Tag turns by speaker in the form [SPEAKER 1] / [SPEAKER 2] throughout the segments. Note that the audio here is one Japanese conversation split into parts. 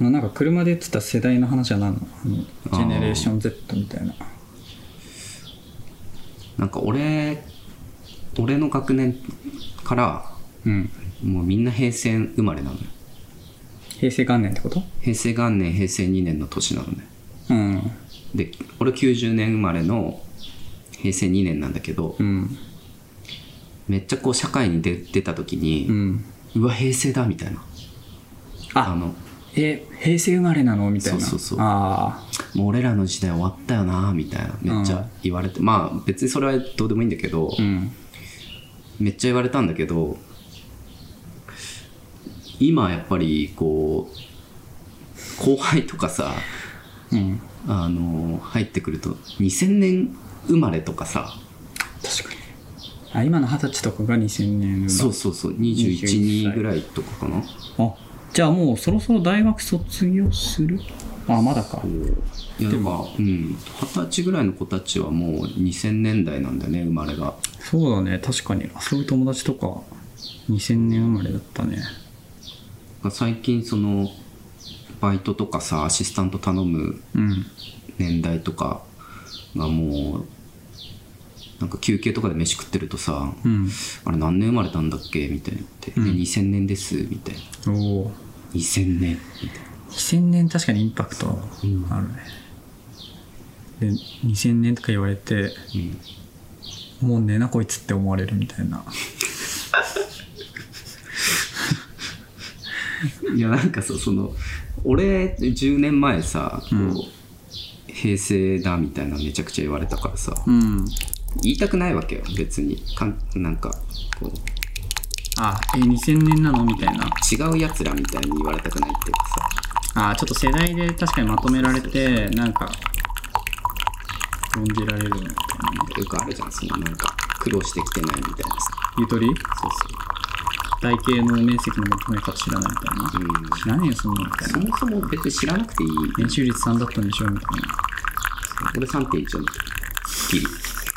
[SPEAKER 1] あのなんか車で言ってた世代の話は何なのあのジェネレーション Z みたいな
[SPEAKER 2] なんか俺俺の学年から
[SPEAKER 1] うん
[SPEAKER 2] もうみんな平成生まれなのよ
[SPEAKER 1] 平成元年ってこと
[SPEAKER 2] 平成元年平成2年の年なのね
[SPEAKER 1] うん
[SPEAKER 2] で俺90年生まれの平成2年なんだけど、
[SPEAKER 1] うん
[SPEAKER 2] めっちゃこう社会に出出た時
[SPEAKER 1] う
[SPEAKER 2] に、
[SPEAKER 1] ん
[SPEAKER 2] うわ平成だみたいなあ
[SPEAKER 1] あ
[SPEAKER 2] の
[SPEAKER 1] え平成生まれなのみたいな
[SPEAKER 2] そうそうそう
[SPEAKER 1] ああ
[SPEAKER 2] もう俺らの時代終わったよなみたいなめっちゃ言われて、まあ別にそれはどうでもいいんだけど、
[SPEAKER 1] うん
[SPEAKER 2] めっちゃ言われたんだけど今やっぱりこう後輩とかさ
[SPEAKER 1] うん
[SPEAKER 2] あの入ってくると2000年生まれとかさ
[SPEAKER 1] 確かにあ今の二十歳とかが2000年生まれ
[SPEAKER 2] そうそうそう
[SPEAKER 1] 21
[SPEAKER 2] 21
[SPEAKER 1] 歳
[SPEAKER 2] ぐらいとかかな
[SPEAKER 1] あじゃあもうそろそろ大学卒業するあまだか
[SPEAKER 2] いやだからうん二十歳ぐらいの子たちはもう2000年代なんだよね生まれが
[SPEAKER 1] そうだね確かに遊ぶ友達とか2000年生まれだったね
[SPEAKER 2] 最近そのバイトとかさアシスタント頼む
[SPEAKER 1] うん
[SPEAKER 2] 年代とかがもうなんか休憩とかで飯食ってるとさ、
[SPEAKER 1] うん
[SPEAKER 2] あれ何年生まれたんだっけみたいなって、
[SPEAKER 1] うん
[SPEAKER 2] で2000年ですみたいな
[SPEAKER 1] おお
[SPEAKER 2] 2000年みたいな
[SPEAKER 1] 2000年確かにインパクトあるね、で2000年とか言われて
[SPEAKER 2] うん
[SPEAKER 1] もう寝なこいつって思われるみたいない
[SPEAKER 2] やなんかさその俺10年前さこう、
[SPEAKER 1] うん
[SPEAKER 2] 平成だみたいなめちゃくちゃ言われたからさ、
[SPEAKER 1] うん
[SPEAKER 2] 言いたくないわけよ別にかんなんかこう
[SPEAKER 1] あえ2000年なのみたいな
[SPEAKER 2] 違うやつらみたいに言われたくないっていうか
[SPEAKER 1] あちょっと世代で確かにまとめられてなんか論じられるみたいなね
[SPEAKER 2] さよくあるじゃんそのなんか苦労してきてないみたいなさ
[SPEAKER 1] ゆとり
[SPEAKER 2] そう
[SPEAKER 1] 体型の面積の求め方知らないみたいな
[SPEAKER 2] そううん
[SPEAKER 1] 知らねえよそんなのみたい
[SPEAKER 2] そ
[SPEAKER 1] な
[SPEAKER 2] もそも別に知らなくていい。
[SPEAKER 1] 年収率3だったんでしょみたいな
[SPEAKER 2] 俺3.14。ギリ。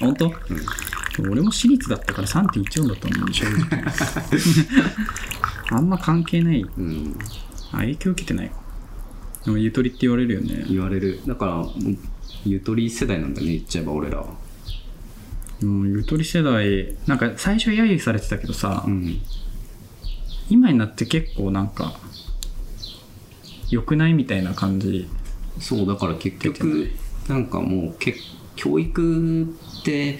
[SPEAKER 1] 本当、俺も私立だったから3.14だったんだよ正 直あんま関係ない
[SPEAKER 2] うん。
[SPEAKER 1] あ影響受けてないでもゆとりって言われるよね
[SPEAKER 2] 言われる。だから、うんゆとり世代なんだね、言っちゃえば俺らは。
[SPEAKER 1] もうゆとり世代なんか最初揶揄されてたけどさ、
[SPEAKER 2] ん。
[SPEAKER 1] 今になって結構なんか良くないみたいな感じ
[SPEAKER 2] そう、だから結
[SPEAKER 1] 受
[SPEAKER 2] 局、なんかもう、け教育って、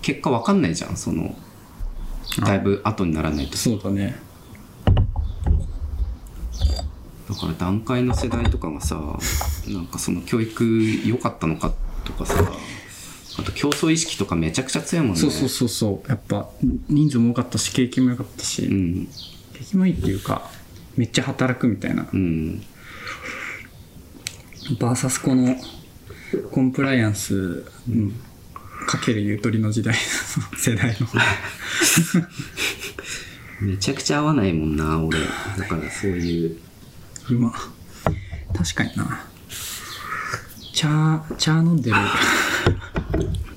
[SPEAKER 2] 結果わかんないじゃん、その、だいぶ後にならないと。
[SPEAKER 1] そうだね
[SPEAKER 2] だから段階の世代とかがさ、なんかその教育良かったのかとかさ、あと競争意識とかめちゃくちゃ強いもんね。
[SPEAKER 1] そうそうそうそうやっぱ人数も多かったし景気も良かったし、
[SPEAKER 2] うん。
[SPEAKER 1] 景気もいいっていうかめっちゃ働くみたいな
[SPEAKER 2] うん。
[SPEAKER 1] バーサスコのコンプライアンスかけるゆとりの時代 の世代の
[SPEAKER 2] めちゃくちゃ合わないもんな俺だからそういう
[SPEAKER 1] うま確かにな茶茶飲んでる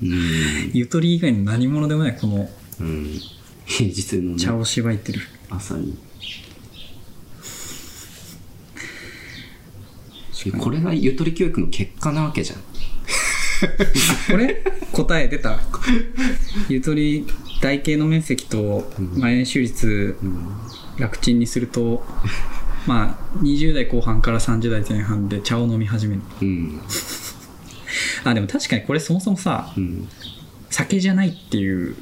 [SPEAKER 2] うん、
[SPEAKER 1] ゆとり以外の何者でもないこの
[SPEAKER 2] うん、平日
[SPEAKER 1] 茶
[SPEAKER 2] の、ね、
[SPEAKER 1] をしばいてる
[SPEAKER 2] 朝にこれがゆとり教育の結果なわけじゃん
[SPEAKER 1] これ答え出たゆとり台形の面積と円収率楽ちんにするとまあ20代後半から30代前半で茶を飲み始める
[SPEAKER 2] うん
[SPEAKER 1] あでも確かにこれそもそもさ
[SPEAKER 2] うん
[SPEAKER 1] 酒じゃないっていう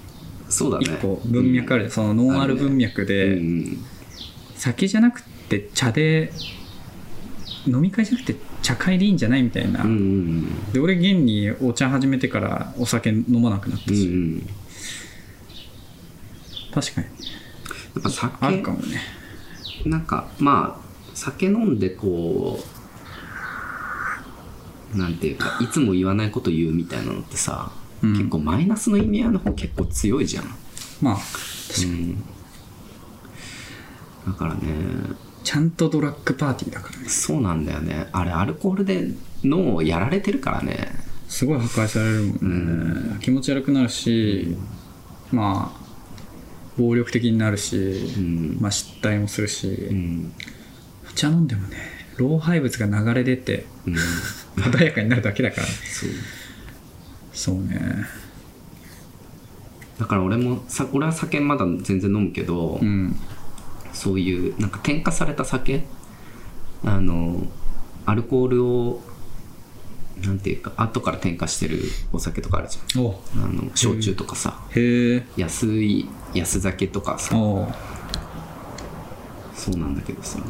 [SPEAKER 2] そうだね
[SPEAKER 1] 一個文脈ある、そのノンアル文脈
[SPEAKER 2] うん、う
[SPEAKER 1] で、
[SPEAKER 2] ん
[SPEAKER 1] 酒じゃなくて茶で飲み会じゃなくて茶会でいいんじゃないみたいな、
[SPEAKER 2] うんうん
[SPEAKER 1] で俺現にお茶始めてからお酒飲まなくなった
[SPEAKER 2] うんう
[SPEAKER 1] し、
[SPEAKER 2] んや
[SPEAKER 1] 確かに
[SPEAKER 2] っぱ
[SPEAKER 1] ある
[SPEAKER 2] 酒
[SPEAKER 1] かもね
[SPEAKER 2] なんかまあ酒飲んでこうなんていうかいつも言わないこと言うみたいなのってさ、
[SPEAKER 1] うん
[SPEAKER 2] 結構マイナスの意味合いの方結構強いじゃん、
[SPEAKER 1] まあ
[SPEAKER 2] うん、だからね
[SPEAKER 1] ちゃんとドラッグパーティーだからね
[SPEAKER 2] そうなんだよねあれアルコールで脳をやられてるからね
[SPEAKER 1] すごい破壊されるもんね、気持ち悪くなるし、まあ暴力的になるし、
[SPEAKER 2] うん
[SPEAKER 1] まあ、失態もするし、
[SPEAKER 2] うん
[SPEAKER 1] 茶飲んでもね老廃物が流れ出て
[SPEAKER 2] うん、
[SPEAKER 1] 穏やかになるだけだからね
[SPEAKER 2] そう
[SPEAKER 1] そうね
[SPEAKER 2] だから俺もさ俺は酒まだ全然飲むけど、
[SPEAKER 1] うん
[SPEAKER 2] そういうなんか添加された酒あのアルコールをなんていうか後から添加してるお酒とかあるじ
[SPEAKER 1] お
[SPEAKER 2] ゃんあの焼酎とかさ
[SPEAKER 1] へえ
[SPEAKER 2] 安い安酒とかさ
[SPEAKER 1] お
[SPEAKER 2] そうなんだけどさな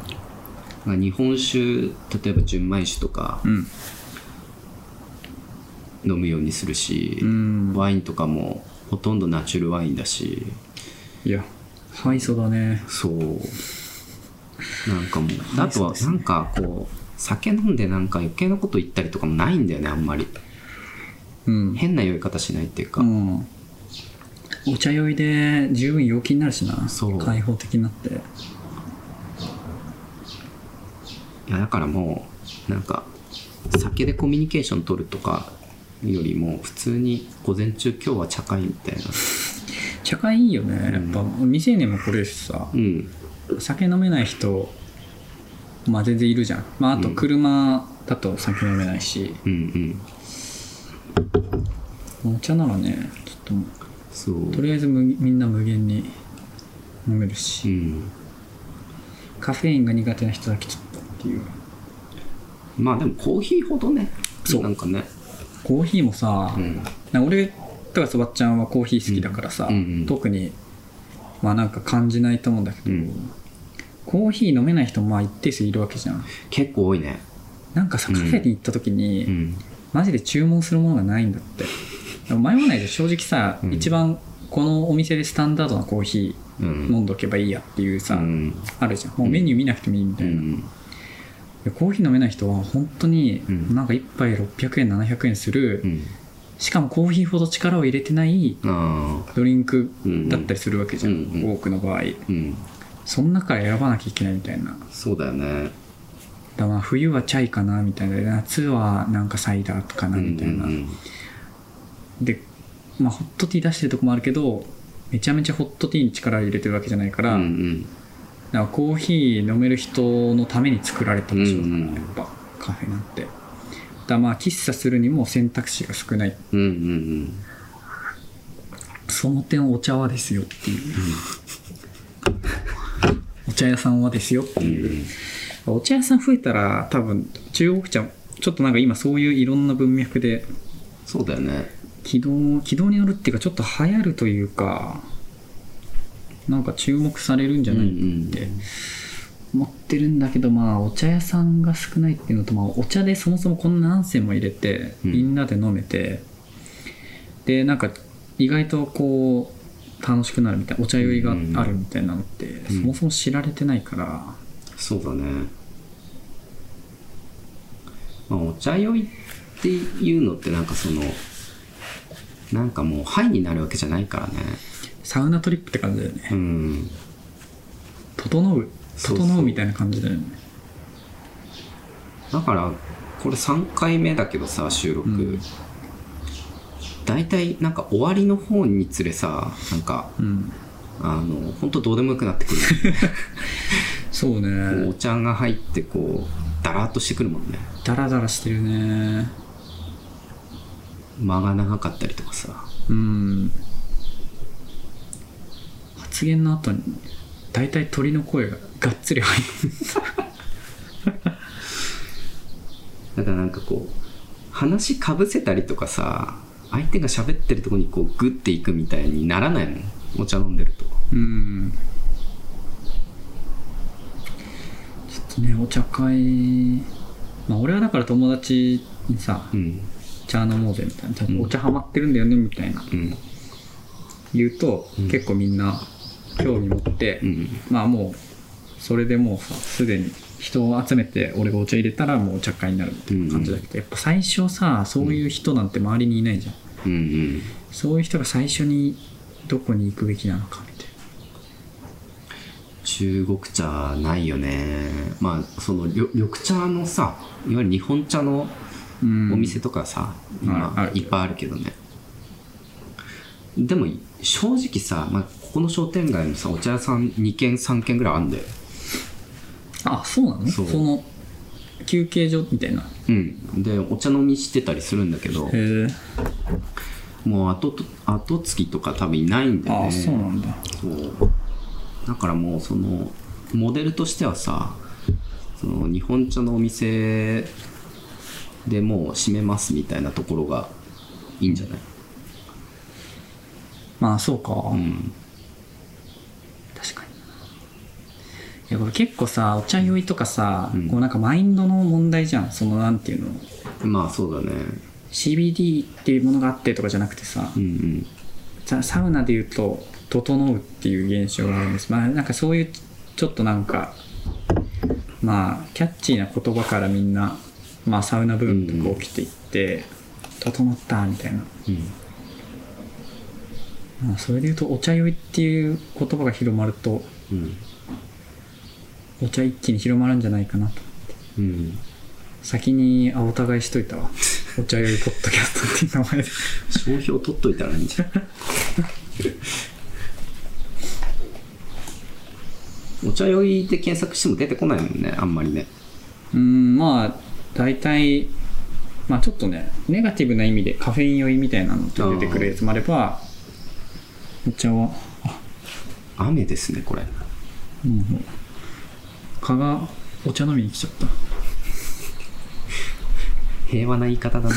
[SPEAKER 2] んか日本酒例えば純米酒とか
[SPEAKER 1] うん
[SPEAKER 2] 飲むようにするし、
[SPEAKER 1] うん
[SPEAKER 2] ワインとかもほとんどナチュルワインだし
[SPEAKER 1] いや敗訴だね
[SPEAKER 2] そうなんかもうあとはなんかこう酒飲んでなんか余計なこと言ったりとかもないんだよねあんまり
[SPEAKER 1] うん
[SPEAKER 2] 変な酔い方しないっていうか、
[SPEAKER 1] うんお茶酔いで十分陽気になるしな
[SPEAKER 2] そう
[SPEAKER 1] 開放的になって
[SPEAKER 2] いやだからもうなんか酒でコミュニケーション取るとかよりも普通に午前中今日は茶会みたいな
[SPEAKER 1] 茶会いいよねやっぱ未成年も来れるしさ
[SPEAKER 2] うん
[SPEAKER 1] 酒飲めない人まあ全然いるじゃんまああと車だと酒飲めないし、
[SPEAKER 2] うんうん
[SPEAKER 1] お茶ならねちょっとも
[SPEAKER 2] そう
[SPEAKER 1] うとりあえずむみんな無限に飲める
[SPEAKER 2] う
[SPEAKER 1] し、
[SPEAKER 2] ん
[SPEAKER 1] カフェインが苦手な人だけちょっとっていう
[SPEAKER 2] まあでもコーヒーほどね
[SPEAKER 1] そう
[SPEAKER 2] なんかね
[SPEAKER 1] コーヒーもさ、
[SPEAKER 2] うん
[SPEAKER 1] なんか俺とかそばっちゃんはコーヒー好きだからさ、
[SPEAKER 2] うんうんうん
[SPEAKER 1] 特にまあなんか感じないと思うんだけど、
[SPEAKER 2] うん
[SPEAKER 1] コーヒー飲めない人もまあ一定数いるわけじゃん
[SPEAKER 2] 結構多いね
[SPEAKER 1] なんかさカフェに行った時に、
[SPEAKER 2] うん
[SPEAKER 1] マジで注文するものがないんだってでも迷わないで正直さ、
[SPEAKER 2] うん
[SPEAKER 1] 一番このお店でスタンダードなコーヒ
[SPEAKER 2] う
[SPEAKER 1] ー
[SPEAKER 2] ん
[SPEAKER 1] 飲んどけばいいやっていうさ、
[SPEAKER 2] うん
[SPEAKER 1] あるじゃんもうメニュー見なくてもいいみ
[SPEAKER 2] う
[SPEAKER 1] たいな、い
[SPEAKER 2] ん
[SPEAKER 1] やコーヒー飲めない人は本当に
[SPEAKER 2] うん
[SPEAKER 1] なんか1杯600円700円する、
[SPEAKER 2] うん
[SPEAKER 1] しかもコーヒーほど力を入れてない
[SPEAKER 2] ああ
[SPEAKER 1] ドリンク
[SPEAKER 2] うん
[SPEAKER 1] だったりするわけじゃん、
[SPEAKER 2] うんうん
[SPEAKER 1] 多くの場合
[SPEAKER 2] うん
[SPEAKER 1] その中選ばなきゃいけないみたいな
[SPEAKER 2] そうだよね
[SPEAKER 1] だから冬はチャイかなみたいな夏はなんかサイダーかなみたいな、
[SPEAKER 2] うんうん
[SPEAKER 1] で、まあ、ホットティー出してるとこもあるけどめちゃめちゃホットティーに力入れてるわけじゃないから,、
[SPEAKER 2] うんうん
[SPEAKER 1] なんかコーヒー飲める人のために作られた場所だから、
[SPEAKER 2] うんうん
[SPEAKER 1] やっぱカフェなんてだからまあ喫茶するにも選択肢が少ない
[SPEAKER 2] うんうん
[SPEAKER 1] その点お茶はですよっていう、お茶屋さんはですよって
[SPEAKER 2] うんう
[SPEAKER 1] いう、
[SPEAKER 2] ん
[SPEAKER 1] お茶屋さん増えたら多分中国茶ちょっとなんか今そういういろんな文脈で
[SPEAKER 2] そうだよね
[SPEAKER 1] 軌道軌道に乗るっていうかちょっと流行るというかなんか注目されるんじゃないって思ってるんだけど、まあお茶屋さんが少ないっていうのと、まあ、お茶でそもそもこんな何千も入れて
[SPEAKER 2] うん
[SPEAKER 1] みんなで飲めて、でなんか意外とこう楽しくなるみたいなお茶酔いがあるみたいなのって、
[SPEAKER 2] ん
[SPEAKER 1] そもそも知られてないから、
[SPEAKER 2] そうだね、まあ、お茶酔いっていうのってなんかそのなんかもうハイになるわけじゃないからね
[SPEAKER 1] サウナトリップって感じだよね
[SPEAKER 2] うん
[SPEAKER 1] 整う
[SPEAKER 2] そうそう
[SPEAKER 1] 整うみたいな感じだよね
[SPEAKER 2] だからこれ3回目だけどさ収録、
[SPEAKER 1] うん
[SPEAKER 2] 大体なんか終わりの方につれさなんか
[SPEAKER 1] うん
[SPEAKER 2] あの本当どうでもよくなってく る
[SPEAKER 1] そうね
[SPEAKER 2] こうお茶が入ってこうだらっとしてくるもんね
[SPEAKER 1] ダラダラしてるね
[SPEAKER 2] 間が長かったりとかさ
[SPEAKER 1] うん発言の後に大体鳥の声ががっつり入る
[SPEAKER 2] だからなんかこう話かぶせたりとかさ相手が喋ってるとこにこうグッていくみたいにならないもんお茶飲んでると
[SPEAKER 1] うんちょっとねお茶会まあ俺はだから友達にさ
[SPEAKER 2] うん
[SPEAKER 1] 茶飲もうぜみたいな、
[SPEAKER 2] うん
[SPEAKER 1] お茶ハマってるんだよねみたいな
[SPEAKER 2] うん
[SPEAKER 1] 言うと、
[SPEAKER 2] うん
[SPEAKER 1] 結構みんな興味持って、
[SPEAKER 2] うん
[SPEAKER 1] まあもうそれでもうさすでに人を集めて俺がお茶入れたらもうお茶会になるみたいな感じだけど、やっぱ最初さそういう人なんて周りにいないじゃん、
[SPEAKER 2] うんうん
[SPEAKER 1] そういう人が最初にどこに行くべきなのかみたい
[SPEAKER 2] 中国茶ないよねまあその緑緑茶のさいわゆる日本茶の
[SPEAKER 1] な、うん、
[SPEAKER 2] お店とかさ、
[SPEAKER 1] ああ
[SPEAKER 2] 今
[SPEAKER 1] る
[SPEAKER 2] いっぱいあるけどねでも正直さ、まあ、ここの商店街もさお茶屋さん2軒3軒ぐらいあんだよ
[SPEAKER 1] あ、そうなの
[SPEAKER 2] そ
[SPEAKER 1] そうの、休憩所みたいな。
[SPEAKER 2] うん、でお茶飲みしてたりするんだけど
[SPEAKER 1] へえ。
[SPEAKER 2] もう後と後継ぎとか多分いないんだよ
[SPEAKER 1] あ
[SPEAKER 2] ね
[SPEAKER 1] あ、そうなんだ。
[SPEAKER 2] そうだからもうそのモデルとしてはさその日本茶のお店でもう閉めますみたいなところがいいんじゃない、
[SPEAKER 1] まあ、そうか。
[SPEAKER 2] うん、
[SPEAKER 1] 確かに。いや、これ結構さ、お茶酔いとかさ、
[SPEAKER 2] うん
[SPEAKER 1] こうなんかマインドの問題じゃん。その、なんていうの。
[SPEAKER 2] まあそうだね
[SPEAKER 1] CBD っていうものがあってとかじゃなくてさ、
[SPEAKER 2] うん
[SPEAKER 1] さサウナで言うと「整う」っていう現象があるんですまあなんかそういうちょっとなんかまあキャッチーな言葉からみんな、まあ、サウナブームとか起きていって「整った」みたいな、
[SPEAKER 2] うんうん
[SPEAKER 1] まあ、それで言うと「お茶酔い」っていう言葉が広まると
[SPEAKER 2] うん
[SPEAKER 1] お茶一気に広まるんじゃないかなと
[SPEAKER 2] うん
[SPEAKER 1] 先にあお互いしといた わ「お茶酔いポッドキャスト」っていう名前で
[SPEAKER 2] 商標取っといたらいいんじゃないお茶酔いで検索しても出てこないもんねあんまりね
[SPEAKER 1] うんまあ大体まあちょっとねネガティブな意味でカフェイン酔いみたいなのって出てくるやつもあればお茶はあ
[SPEAKER 2] 雨ですねこれ
[SPEAKER 1] うん蚊がお茶飲みに来ちゃ った
[SPEAKER 2] 平和な言い方だね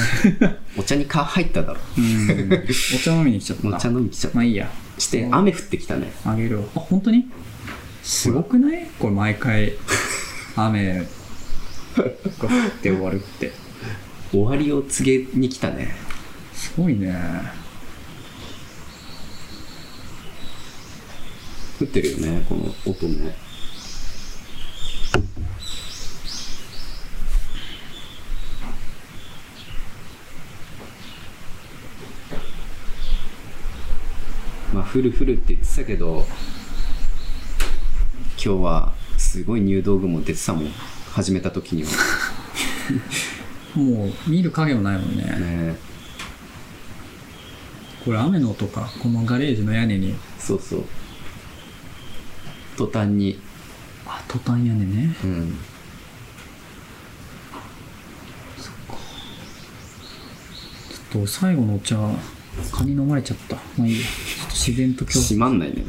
[SPEAKER 2] お茶に蚊入っただろ
[SPEAKER 1] うんお茶飲みに来ちゃった
[SPEAKER 2] お茶飲み来ちゃった
[SPEAKER 1] まあいいや
[SPEAKER 2] して雨降ってきたね
[SPEAKER 1] あげるわあ本当にすごくないこれ毎 回雨が降って終わるって
[SPEAKER 2] 終わりを告げに来たね
[SPEAKER 1] すごいね
[SPEAKER 2] 降ってるよねこの音ねまあ降る降るって言ってたけど今日はすごい入道雲出てたもん始めた時には
[SPEAKER 1] もう見る影もないもんね
[SPEAKER 2] ね
[SPEAKER 1] これ雨の音かこのガレージの屋根に
[SPEAKER 2] そうそう途端に
[SPEAKER 1] あトタン屋根ね
[SPEAKER 2] うん
[SPEAKER 1] ちょっと最後のお茶蚊に飲まれちゃったまあいいやちょっと自然と今日
[SPEAKER 2] 閉まんないね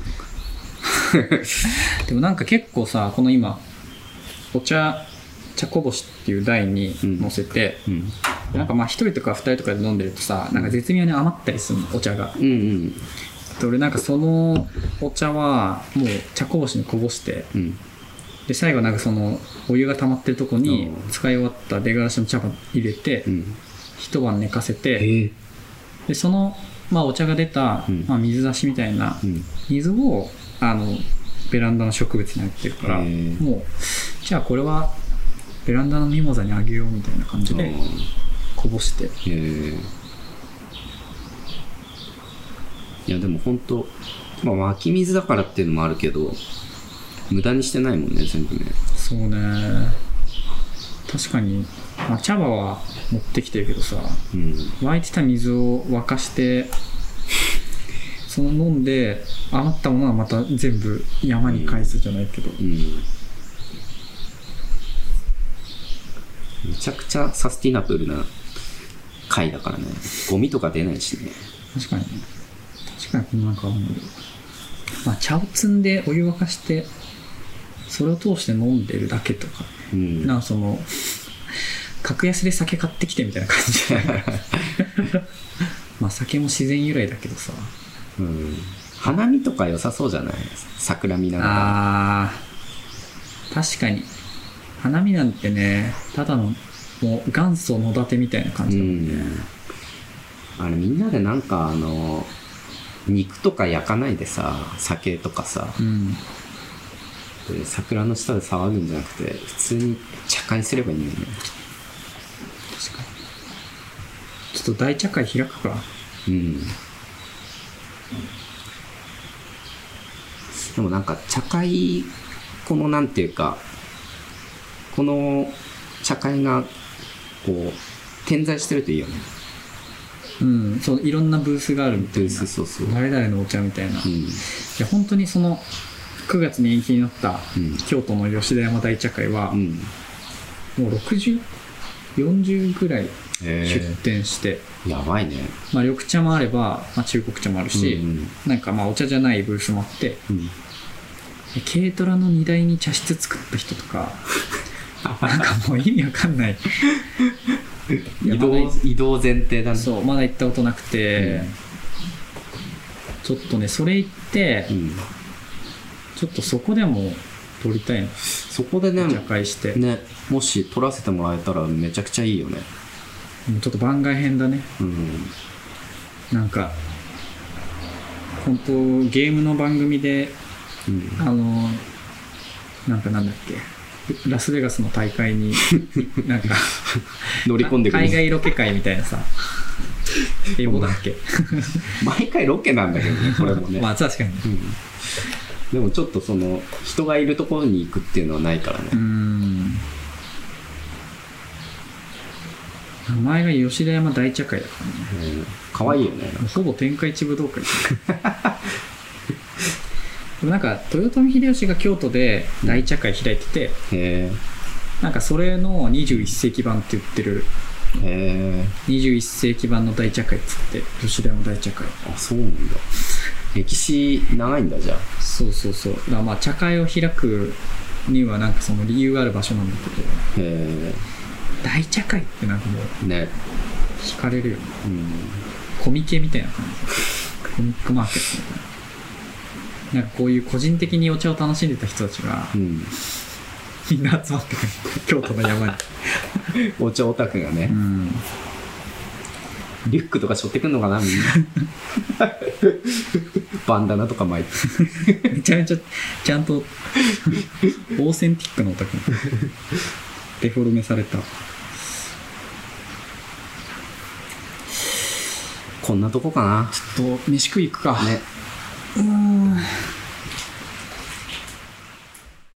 [SPEAKER 1] でもなんか結構さこの今お茶茶こぼしっていう台に乗せて、
[SPEAKER 2] うん
[SPEAKER 1] なんかまあ一人とか二人とかで飲んでるとさなんか絶妙に余ったりするのお茶が
[SPEAKER 2] うんうん
[SPEAKER 1] で俺なんかそのお茶はもう茶こぼしにこぼして
[SPEAKER 2] うん
[SPEAKER 1] で最後なんかそのお湯が溜まってるとこに
[SPEAKER 2] うん
[SPEAKER 1] 使い終わった出がらしの茶葉入れて、
[SPEAKER 2] うん
[SPEAKER 1] 一晩寝かせて、
[SPEAKER 2] ええ
[SPEAKER 1] でその、まあ、お茶が出た、
[SPEAKER 2] うん
[SPEAKER 1] まあ、水出しみたいな
[SPEAKER 2] うん
[SPEAKER 1] 水をあのベランダの植物にあげてるから
[SPEAKER 2] へー
[SPEAKER 1] もうじゃあこれはベランダのミモザにあげようみたいな感じでこぼして
[SPEAKER 2] ええいやでも本当まあ湧き水だからっていうのもあるけど無駄にしてないもんね全部ね
[SPEAKER 1] そうね確かに、まあ、茶葉は持ってきてるけどさ
[SPEAKER 2] うん
[SPEAKER 1] 沸いてた水を沸か してその飲んで余ったものはまた全部山に返すじゃないけど、
[SPEAKER 2] うんめちゃくちゃサスティナブルな回だからねゴミとか出ないしね
[SPEAKER 1] 確かに確かにこのなんかあのまあ茶を摘んでお湯沸かしてそれを通して飲んでるだけとか、
[SPEAKER 2] うん
[SPEAKER 1] なんかその格安で酒買ってきてみたいな感じ まあ酒も自然由来だけどさ
[SPEAKER 2] うん花見とか良さそうじゃない桜見ながら
[SPEAKER 1] あー確かに花見なんてねただのもう元祖野立てみたいな感
[SPEAKER 2] う
[SPEAKER 1] じだもんね、
[SPEAKER 2] んあれみんなでなんかあの肉とか焼かないでさ酒とかさ
[SPEAKER 1] うん
[SPEAKER 2] で桜の下で騒ぐんじゃなくて普通に茶会すればいいんだよね
[SPEAKER 1] 確かにちょっと大茶会開くか
[SPEAKER 2] うんでもなんか茶会このなんていうかこの茶会がこう点在してるといいよね
[SPEAKER 1] うんそういろんなブースがあるみたいな
[SPEAKER 2] そうそうそう、
[SPEAKER 1] 誰々のお茶みたいな、
[SPEAKER 2] う
[SPEAKER 1] い
[SPEAKER 2] ん
[SPEAKER 1] や本当にその9月に延期になった
[SPEAKER 2] うん
[SPEAKER 1] 京都の吉田山大茶会は
[SPEAKER 2] う、ん
[SPEAKER 1] もう60、40ぐらい
[SPEAKER 2] へ
[SPEAKER 1] 出店して、
[SPEAKER 2] えやばいね
[SPEAKER 1] まあ、緑茶もあれば、まあ、中国茶もあるし、
[SPEAKER 2] うんうん
[SPEAKER 1] なんかまあお茶じゃないブースもあって、
[SPEAKER 2] うん
[SPEAKER 1] 軽トラの荷台に茶室作った人と か、なんかもう意味わかんない。
[SPEAKER 2] 移動移動前提だね
[SPEAKER 1] そう、まだ行ったことなくて、
[SPEAKER 2] うん
[SPEAKER 1] ちょっとね、それ行って、
[SPEAKER 2] うん
[SPEAKER 1] ちょっとそこでも撮りたいの。
[SPEAKER 2] そこでね
[SPEAKER 1] 茶会して。
[SPEAKER 2] ねもし撮らせてもらえたらめちゃくちゃいいよね
[SPEAKER 1] うんちょっと番外編だね。
[SPEAKER 2] うん
[SPEAKER 1] なんか、本当ゲームの番組で、
[SPEAKER 2] うん
[SPEAKER 1] あの、なんかなんだっけ、ラスベガスの大会 に、なんか、
[SPEAKER 2] 乗り込んでく
[SPEAKER 1] 海
[SPEAKER 2] る
[SPEAKER 1] 外ロケ会みたいなさ、英語だっけ。
[SPEAKER 2] 毎回ロケなんだけど ねこれもね、
[SPEAKER 1] まあ確かに。
[SPEAKER 2] うん、でもちょっとその人がいるところに行くっていうのはないから
[SPEAKER 1] うー
[SPEAKER 2] ね
[SPEAKER 1] ん。名前が吉田山大茶会だからね。
[SPEAKER 2] うん可愛いよね
[SPEAKER 1] もうほぼ天下一武道 会でもなんか豊臣秀吉が京都で大茶会開いてて、
[SPEAKER 2] へ
[SPEAKER 1] なんかそれの21世紀版って言ってる
[SPEAKER 2] えへえ
[SPEAKER 1] 21世紀版の大茶会っつって吉田山大茶会
[SPEAKER 2] あそうなんだ歴史長いんだじゃあ
[SPEAKER 1] そうそうそうだからまあ茶会を開くにはなんかその理由がある場所なんだけど
[SPEAKER 2] へ
[SPEAKER 1] 大茶会ってなんかもう
[SPEAKER 2] えね
[SPEAKER 1] 惹かれるよね
[SPEAKER 2] うん
[SPEAKER 1] コミケみたいな感じコミックマーケットみたいななんかこういう個人的にお茶を楽しんでた人たちが
[SPEAKER 2] うん
[SPEAKER 1] みんな集まってくる京都の山に
[SPEAKER 2] お茶オタクがね、
[SPEAKER 1] ん
[SPEAKER 2] リュックとか背負ってくんのかなみんなバンダナとか巻いて
[SPEAKER 1] めちゃめちゃちゃんとオーセンティックなお宅にデフォルメされた
[SPEAKER 2] こんなとこかな
[SPEAKER 1] と飯食い行くか
[SPEAKER 2] ね
[SPEAKER 1] うーん